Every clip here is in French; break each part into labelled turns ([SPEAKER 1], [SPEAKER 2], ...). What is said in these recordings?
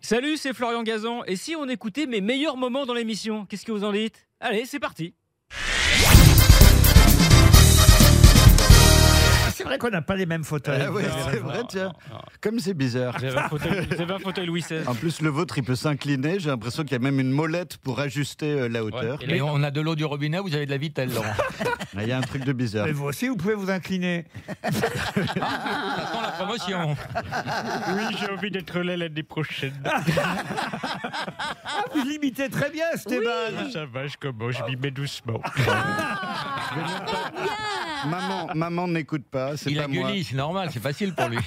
[SPEAKER 1] Salut, c'est Florian Gazan. Et si on écoutait mes meilleurs moments dans l'émission Qu'est-ce que vous en dites Allez, c'est parti.
[SPEAKER 2] Ah, C'est vrai qu'on n'a pas les mêmes fauteuils.
[SPEAKER 3] Ah ouais, c'est vrai, tiens. Comme c'est bizarre.
[SPEAKER 1] J'avais un fauteuil, j'avais un fauteuil Louis XVI.
[SPEAKER 3] En plus, le vôtre, il peut s'incliner. J'ai l'impression qu'il y a même une molette pour ajuster euh, la hauteur.
[SPEAKER 1] Et
[SPEAKER 4] Et on a de l'eau du robinet, vous avez de la vitelle, Laurent.
[SPEAKER 3] Ah, Il y a un truc de bizarre.
[SPEAKER 2] Mais vous aussi, vous pouvez vous incliner.
[SPEAKER 4] Attends la promotion.
[SPEAKER 1] Oui, j'ai envie d'être là l'année prochaine.
[SPEAKER 2] Ah, vous l'imitez très bien, Stéban.
[SPEAKER 1] Ça va, je commence, je m'y mets doucement.
[SPEAKER 3] Maman, maman n'écoute pas, c'est
[SPEAKER 4] Il
[SPEAKER 3] pas
[SPEAKER 4] a
[SPEAKER 3] moi.
[SPEAKER 4] gueulé, c'est normal, c'est facile pour lui.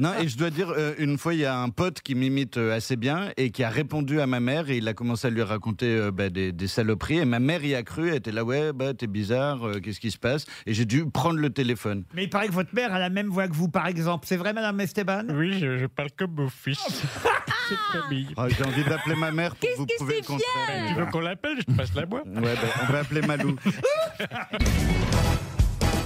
[SPEAKER 3] Non, et je dois dire, euh, une fois, il y a un pote qui m'imite euh, assez bien et qui a répondu à ma mère et il a commencé à lui raconter euh, bah, des, des saloperies. Et ma mère y a cru, elle était là, ouais, bah, t'es bizarre, euh, qu'est-ce qui se passe Et j'ai dû prendre le téléphone.
[SPEAKER 2] Mais il paraît que votre mère a la même voix que vous, par exemple. C'est vrai, Madame Esteban
[SPEAKER 1] Oui, je, parle comme mon fils. Cette famille.
[SPEAKER 3] Ah, j'ai envie d'appeler ma mère pour que
[SPEAKER 5] Qu'est-ce
[SPEAKER 3] vous
[SPEAKER 5] que
[SPEAKER 3] prouver le
[SPEAKER 5] c'est
[SPEAKER 3] contraire.
[SPEAKER 1] Tu veux qu'on l'appelle Je te passe la boîte.
[SPEAKER 3] Ouais, bah, on va appeler Malou.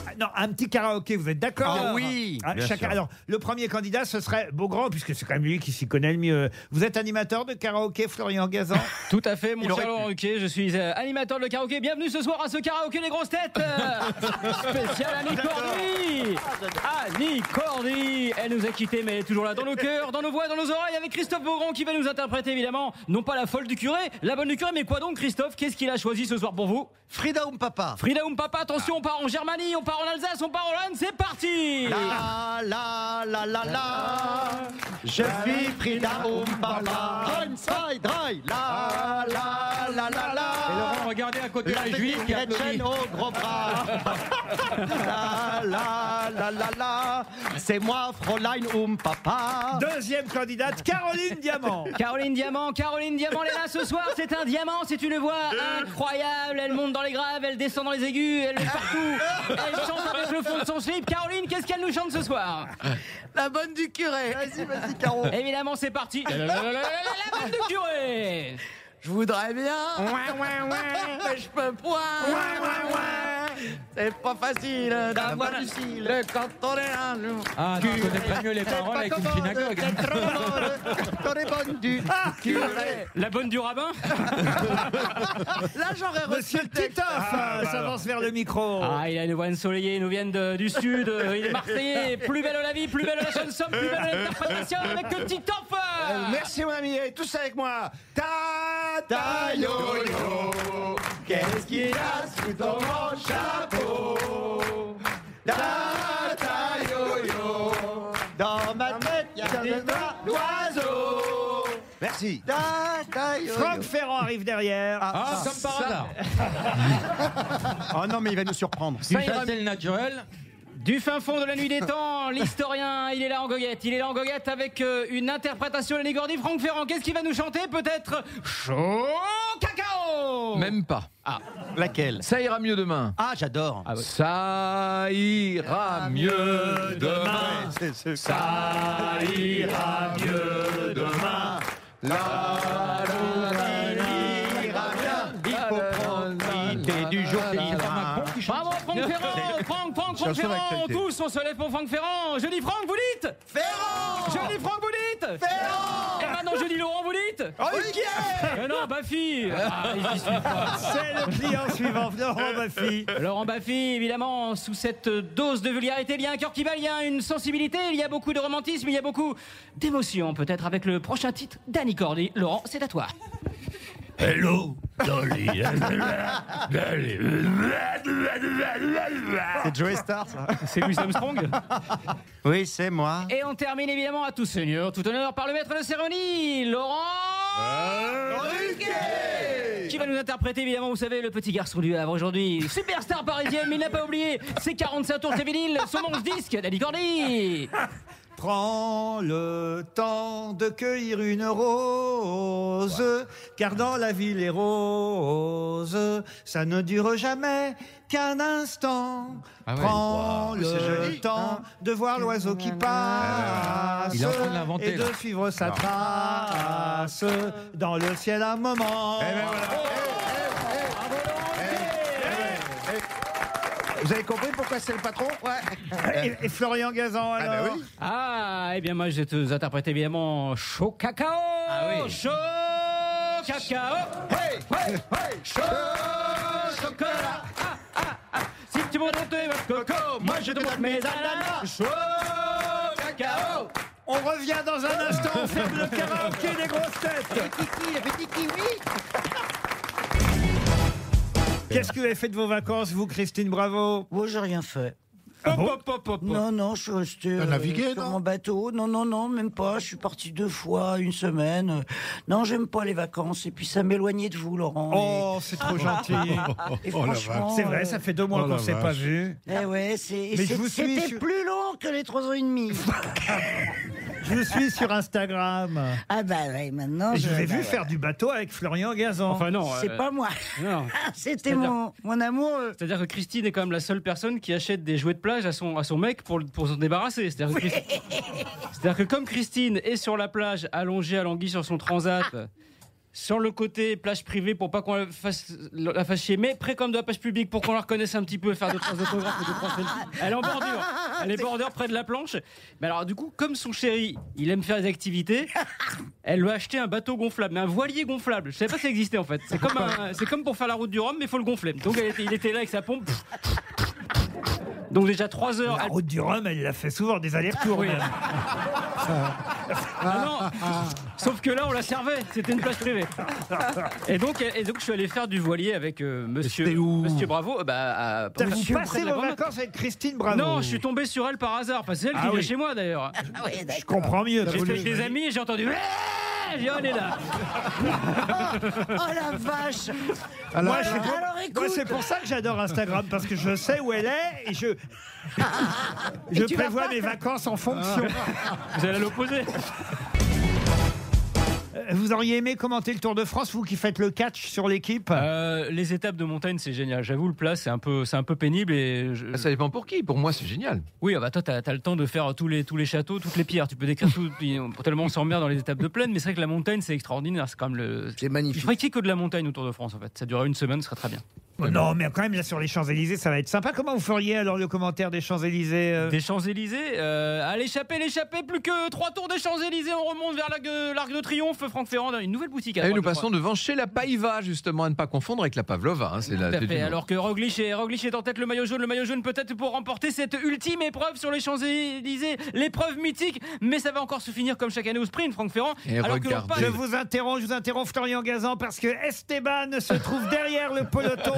[SPEAKER 2] Ah, Non, un petit karaoké, vous êtes d'accord
[SPEAKER 3] Ah
[SPEAKER 2] alors
[SPEAKER 3] oui,
[SPEAKER 2] Ah,
[SPEAKER 3] bien
[SPEAKER 2] chacun-
[SPEAKER 3] sûr.
[SPEAKER 2] Alors, le premier candidat, ce serait Beaugrand, puisque c'est quand même lui qui s'y connaît le mieux. Vous êtes animateur de karaoké, Florian Gazan
[SPEAKER 1] Tout à fait, mon
[SPEAKER 2] Il aurait
[SPEAKER 1] cher
[SPEAKER 2] pu.
[SPEAKER 1] Laurent Ruquier, je suis euh, animateur de karaoké. Bienvenue ce soir à ce karaoké les grosses têtes euh, Spécial Annie Cordy Annie Cordy Elle nous a quittés, mais elle est toujours là dans nos cœurs, dans nos voix, dans nos oreilles, avec Christophe Beaugrand qui va nous interpréter évidemment, non pas la folle du curé, la bonne du curé, mais quoi donc Christophe Qu'est-ce qu'il a choisi ce soir pour vous
[SPEAKER 6] Frida ou papa
[SPEAKER 1] Frida ou papa, attention, on part en Germanie, on part en Alsace, on part en Hollande, c'est parti
[SPEAKER 6] La la la la la Je suis Frida ou papa Ein, zwei, drei La la la la la
[SPEAKER 4] regardez à côté
[SPEAKER 6] La
[SPEAKER 4] un juif qui
[SPEAKER 6] Gretchen
[SPEAKER 4] applaudit.
[SPEAKER 6] au gros bras La la la la la C'est moi Fräulein ou papa
[SPEAKER 2] Deuxième candidate, Caroline Diamant.
[SPEAKER 1] Caroline Diamant, Caroline Diamant, elle est là ce soir, c'est un diamant, c'est une voix incroyable, elle monte dans les graves, elle descend dans les aigus, elle est partout, elle chante avec le fond de son slip. Caroline, qu'est-ce qu'elle nous chante ce soir
[SPEAKER 6] La bonne du curé Vas-y, vas-y Caro
[SPEAKER 1] Évidemment, c'est parti. La, la, la, la, la, la bande de curé
[SPEAKER 6] Je voudrais bien Mais je peux point C'est pas facile d'avoir du style quand on est un jour
[SPEAKER 4] Ah, tu connais pas mieux les paroles avec une
[SPEAKER 6] euh,
[SPEAKER 4] synagogue. hein.
[SPEAKER 6] Quand on est bonne du curé
[SPEAKER 1] La bonne du rabbin
[SPEAKER 6] Là j'aurais reçu
[SPEAKER 2] Monsieur
[SPEAKER 6] le texte Ah,
[SPEAKER 2] Titoff euh, s'avance vers le micro.
[SPEAKER 1] bah Ah, il a une voix ensoleillée, ils nous viennent de- du sud, euh, il est marseillais, plus belle la vie, plus belle la chanson, plus belle l'interprétation avec le petit enfant
[SPEAKER 6] Merci mon ami, allez tous avec moi Ta ta yo yo Qu'est-ce qu'il a sous ton grand chapeau Ta ta yo yo Dans ma tête y'a des bras d'oiseau Merci Ta ta yo
[SPEAKER 2] Franck Ferrand arrive derrière.
[SPEAKER 4] Ah, comme par hasard.
[SPEAKER 6] Oh non mais il va nous surprendre
[SPEAKER 4] Du facile naturel.
[SPEAKER 1] Du fin fond de la nuit des temps, l'historien, il est là en goguette, il est là en goguette avec euh, une interprétation de Gordy. Franck Ferrand, qu'est-ce qu'il va nous chanter Peut-être Chaud Cacao
[SPEAKER 7] Même pas.
[SPEAKER 4] Ah,
[SPEAKER 6] Laquelle
[SPEAKER 7] Ça ira mieux demain.
[SPEAKER 6] Ah j'adore
[SPEAKER 7] Ça
[SPEAKER 4] Ah,
[SPEAKER 7] ira mieux demain. Ça ira mieux demain.
[SPEAKER 6] Il faut profiter du jour qui vient
[SPEAKER 1] Bravo Franck Ferrand Franck, Franck, Franck Ferrand Tous, on se lève pour Franck Ferrand Je dis Franck, vous dites
[SPEAKER 6] Ferrand
[SPEAKER 1] Je dis Franck, vous dites
[SPEAKER 6] Ferrand
[SPEAKER 1] Et maintenant je dis Laurent, vous dites Eh Non, Baffy Ah, il y suit pas.
[SPEAKER 2] C'est le client suivant, Laurent Baffy.
[SPEAKER 1] Laurent Baffy, évidemment, sous cette dose de vulgarité, il y a un cœur qui bat, il y a une sensibilité, il y a beaucoup de romantisme, il y a beaucoup d'émotion, peut-être avec le prochain titre d'Annie Cordy. Laurent, c'est à toi.
[SPEAKER 7] Hello,
[SPEAKER 6] C'est Joey Star ça
[SPEAKER 1] C'est Louis Armstrong
[SPEAKER 6] Oui c'est moi
[SPEAKER 1] Et on termine évidemment à tout seigneur, tout honneur par le maître de cérémonie, Laurent Qui va nous interpréter évidemment, vous savez, le petit garçon du Havre aujourd'hui, superstar parisienne, mais il n'a pas oublié ses 45 tours de vinyle, son 11 disque d'Annie Cordy
[SPEAKER 2] Prends le temps de cueillir une rose, car dans la vie les roses, ça ne dure jamais qu'un instant.
[SPEAKER 4] Ah ouais.
[SPEAKER 2] Prends le
[SPEAKER 4] Hein
[SPEAKER 2] temps de voir l'oiseau qui
[SPEAKER 4] Ah
[SPEAKER 2] passe
[SPEAKER 4] Il est en train de l'inventer,
[SPEAKER 2] et de
[SPEAKER 4] là. Ah.
[SPEAKER 2] suivre sa trace dans le ciel un
[SPEAKER 4] Eh
[SPEAKER 2] moment.
[SPEAKER 4] ben
[SPEAKER 6] Vous avez compris pourquoi c'est le patron
[SPEAKER 2] Et,
[SPEAKER 4] ben
[SPEAKER 2] et Florian Gazan alors
[SPEAKER 1] Ah, eh bien moi je vais te vous interpréter évidemment Chaud Cacao Chaud cacao
[SPEAKER 6] Hey, hey, hey, chaud
[SPEAKER 1] chocolat Ah, ah, ah. Si tu me donnes tes votre coco, moi je te montre mes ananas
[SPEAKER 6] Chaud cacao
[SPEAKER 2] On revient dans un instant, on ferme le karaoké des grosses têtes. Qu'est-ce que vous avez fait de vos vacances, vous, Christine Bravo
[SPEAKER 5] Moi, j'ai rien fait.
[SPEAKER 2] Hop, hop, hop, hop.
[SPEAKER 5] Non, non, je suis resté euh, sur mon bateau. Non, non, non, même pas. Je suis parti deux fois, une semaine. Euh, Non, j'aime pas les vacances. Et puis, ça m'éloignait de vous, Laurent.
[SPEAKER 2] Oh, c'est trop gentil.
[SPEAKER 4] Oh.
[SPEAKER 5] Et, et franchement,
[SPEAKER 2] C'est vrai, ça fait deux mois
[SPEAKER 7] Oh
[SPEAKER 2] qu'on
[SPEAKER 7] la
[SPEAKER 2] s'est pas
[SPEAKER 7] vache.
[SPEAKER 2] vu.
[SPEAKER 5] Eh ouais, c'est-
[SPEAKER 2] Mais je
[SPEAKER 5] c'est-
[SPEAKER 2] vous suis,
[SPEAKER 5] c'était
[SPEAKER 2] je-
[SPEAKER 5] plus long que les trois ans et demi.
[SPEAKER 2] Je vous suis sur Instagram.
[SPEAKER 5] ah bah ouais, maintenant.
[SPEAKER 2] Et je vous ai
[SPEAKER 5] bah
[SPEAKER 2] vu
[SPEAKER 5] ouais.
[SPEAKER 2] faire du bateau avec Florian Gazan.
[SPEAKER 1] Enfin non, euh,
[SPEAKER 5] C'est pas moi.
[SPEAKER 1] non.
[SPEAKER 5] C'était
[SPEAKER 1] C'est-à-dire-
[SPEAKER 5] mon, mon amour. euh,
[SPEAKER 1] C'est-à-dire que Christine est quand même la seule personne qui achète des jouets de plage à son, à son mec pour, le- pour s'en débarrasser. C'est-à-dire que, Christi- c'est-à-dire que comme Christine est sur la plage, allongée à l'anguille sur son transat, sur le côté plage privée pour pas qu'on la fasse, la fasse chier, mais près comme de la plage publique pour qu'on la reconnaisse un petit peu, faire deux, trois autographes et deux, trois selfies. Elle est en bordure. Elle est bordure près de la planche. Mais alors, du coup, comme son chéri, il aime faire des activités, elle lui a acheté un bateau gonflable, mais un voilier gonflable. Je savais pas si ça existait en fait. C'est comme, un- c'est comme pour faire la route du Rhum, mais faut le gonfler. Donc elle était- il était là avec sa pompe. Donc déjà 3 heures.
[SPEAKER 2] La
[SPEAKER 1] elle-
[SPEAKER 2] route du Rhum, elle l'a fait souvent, des allers-retours.
[SPEAKER 1] Oui.
[SPEAKER 2] même.
[SPEAKER 1] Ah non. Sauf que là, on la servait. C'était une place privée. Et donc, et donc je suis allé faire du voilier avec euh, monsieur,
[SPEAKER 7] C'était où
[SPEAKER 1] monsieur Bravo. euh, Bah, à-
[SPEAKER 2] Putain, Vous
[SPEAKER 1] monsieur près
[SPEAKER 2] passez
[SPEAKER 1] de la
[SPEAKER 2] vos
[SPEAKER 1] Grande-Motte.
[SPEAKER 2] vacances avec Christine Bravo.
[SPEAKER 1] Non, je suis tombé sur elle par hasard. Parce que c'est elle
[SPEAKER 2] Ah
[SPEAKER 1] qui vient
[SPEAKER 2] oui.
[SPEAKER 1] chez moi d'ailleurs.
[SPEAKER 5] Ah ouais,
[SPEAKER 2] Je
[SPEAKER 5] d'accord.
[SPEAKER 2] comprends mieux.
[SPEAKER 1] J'étais avec des amis et j'ai entendu. Ah J'ai dit, oh, elle est là.
[SPEAKER 5] Oh la vache
[SPEAKER 2] Moi, c'est pour-
[SPEAKER 5] Alors écoute,
[SPEAKER 2] moi, c'est pour ça que j'adore Instagram, parce que je sais où elle est et je, je
[SPEAKER 5] tu vas
[SPEAKER 2] prévois
[SPEAKER 5] pas-
[SPEAKER 2] mes vacances en fonction.
[SPEAKER 1] Vous allez à l'opposé.
[SPEAKER 2] Euh, Vous auriez aimé commenter le Tour de France, vous qui faites le catch sur l'équipe
[SPEAKER 1] Euh, les étapes de montagne, c'est génial. J'avoue, le plat, c'est un peu, c'est un peu pénible. Et je-
[SPEAKER 7] Ça dépend pour qui. Pour moi, c'est génial.
[SPEAKER 1] oui, ah bah toi, t'as, t'as le temps de faire tous les, tous les châteaux, toutes les pierres. Tu peux décrire tout. Puis on, tellement on s'emmerde dans les étapes de plaine, mais c'est vrai que la montagne, c'est extraordinaire. C'est quand même le.
[SPEAKER 8] C'est
[SPEAKER 1] Il
[SPEAKER 8] magnifique.
[SPEAKER 1] faudrait qu'il y ait que de la montagne autour de France, en fait. Ça durerait une semaine, ce serait très bien.
[SPEAKER 2] Non, mais quand même, là, sur les Champs-Élysées, ça va être sympa. Comment vous feriez alors le commentaire des Champs-Élysées euh
[SPEAKER 1] Des Champs-Élysées, euh, à l'échappée, l'échappée, plus que trois tours des Champs-Élysées, on remonte vers la- l'Arc de Triomphe. Franck Ferrand, une nouvelle boutique à
[SPEAKER 7] Et
[SPEAKER 1] droite,
[SPEAKER 7] Ah, nous
[SPEAKER 1] je crois.
[SPEAKER 7] passons devant chez la Païva, justement, à ne pas confondre avec la Pavlova. hein, c'est la
[SPEAKER 1] Tout à
[SPEAKER 7] c'est
[SPEAKER 1] fait,
[SPEAKER 7] du-
[SPEAKER 1] alors que Roglic est, Roglic est en tête, le maillot jaune, le maillot jaune peut-être pour remporter cette ultime épreuve sur les Champs-Élysées, l'épreuve mythique, mais ça va encore se finir comme chaque année au sprint, Franck Ferrand.
[SPEAKER 7] Et
[SPEAKER 1] alors que l'on
[SPEAKER 7] regardez.
[SPEAKER 1] parle-
[SPEAKER 2] Je vous interromps, je vous interromps, Florian Gazan, parce que Esteban se trouve derrière le peloton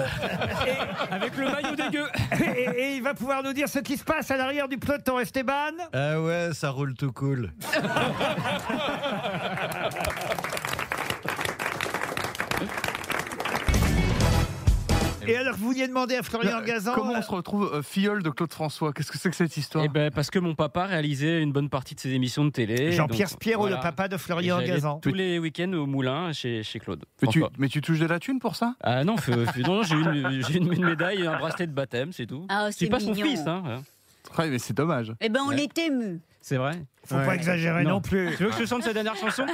[SPEAKER 1] avec le maillot dégueu.
[SPEAKER 2] et, et- et il va pouvoir nous dire ce qui se passe à l'arrière du peloton. Esteban
[SPEAKER 3] Ah ouais, ça roule tout cool.
[SPEAKER 2] Et alors que vous vouliez demander à Florian Gazan.
[SPEAKER 9] Comment on se retrouve euh, filleul de Claude François Qu'est-ce que c'est que cette histoire
[SPEAKER 1] Eh ben parce que mon papa réalisait une bonne partie de ses émissions de télé.
[SPEAKER 2] euh, Jean-Pierre
[SPEAKER 1] donc,
[SPEAKER 2] Spiro,
[SPEAKER 1] voilà.
[SPEAKER 2] le papa de
[SPEAKER 1] Et
[SPEAKER 2] Florian
[SPEAKER 1] j'allais
[SPEAKER 2] Gazan.
[SPEAKER 1] Tous les week-ends au moulin chez, chez Claude.
[SPEAKER 9] mais tu,
[SPEAKER 1] François.
[SPEAKER 9] mais tu touches de la thune pour ça
[SPEAKER 1] Ah non, feu- feu- non, non, j'ai eu une, j'ai eu une- une médaille et un bracelet de baptême, c'est tout.
[SPEAKER 10] Ah, c'est
[SPEAKER 1] c'est pas son
[SPEAKER 10] mignon.
[SPEAKER 1] fils, hein.
[SPEAKER 9] Ouais, mais c'est dommage.
[SPEAKER 10] Eh ben, on
[SPEAKER 1] Ouais.
[SPEAKER 10] est ému.
[SPEAKER 1] C'est vrai.
[SPEAKER 2] Faut pas exagérer non, plus.
[SPEAKER 1] Tu veux que je chante sa dernière chanson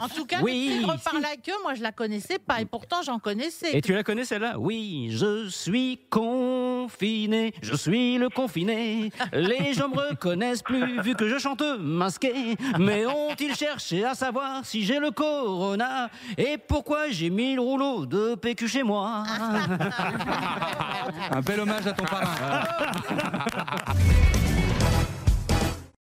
[SPEAKER 11] En tout cas,
[SPEAKER 1] Oui,
[SPEAKER 11] le tigre
[SPEAKER 1] si.
[SPEAKER 11] par la queue, moi je la connaissais pas et pourtant j'en connaissais.
[SPEAKER 1] Et tu la connais celle-là Oui, je suis confiné, je suis le confiné. Les gens me reconnaissent plus vu que je chante masqué. Mais ont-ils cherché à savoir si j'ai le corona et pourquoi j'ai mis le rouleau de PQ chez moi
[SPEAKER 11] Ah.
[SPEAKER 4] Un bel hommage à ton parrain.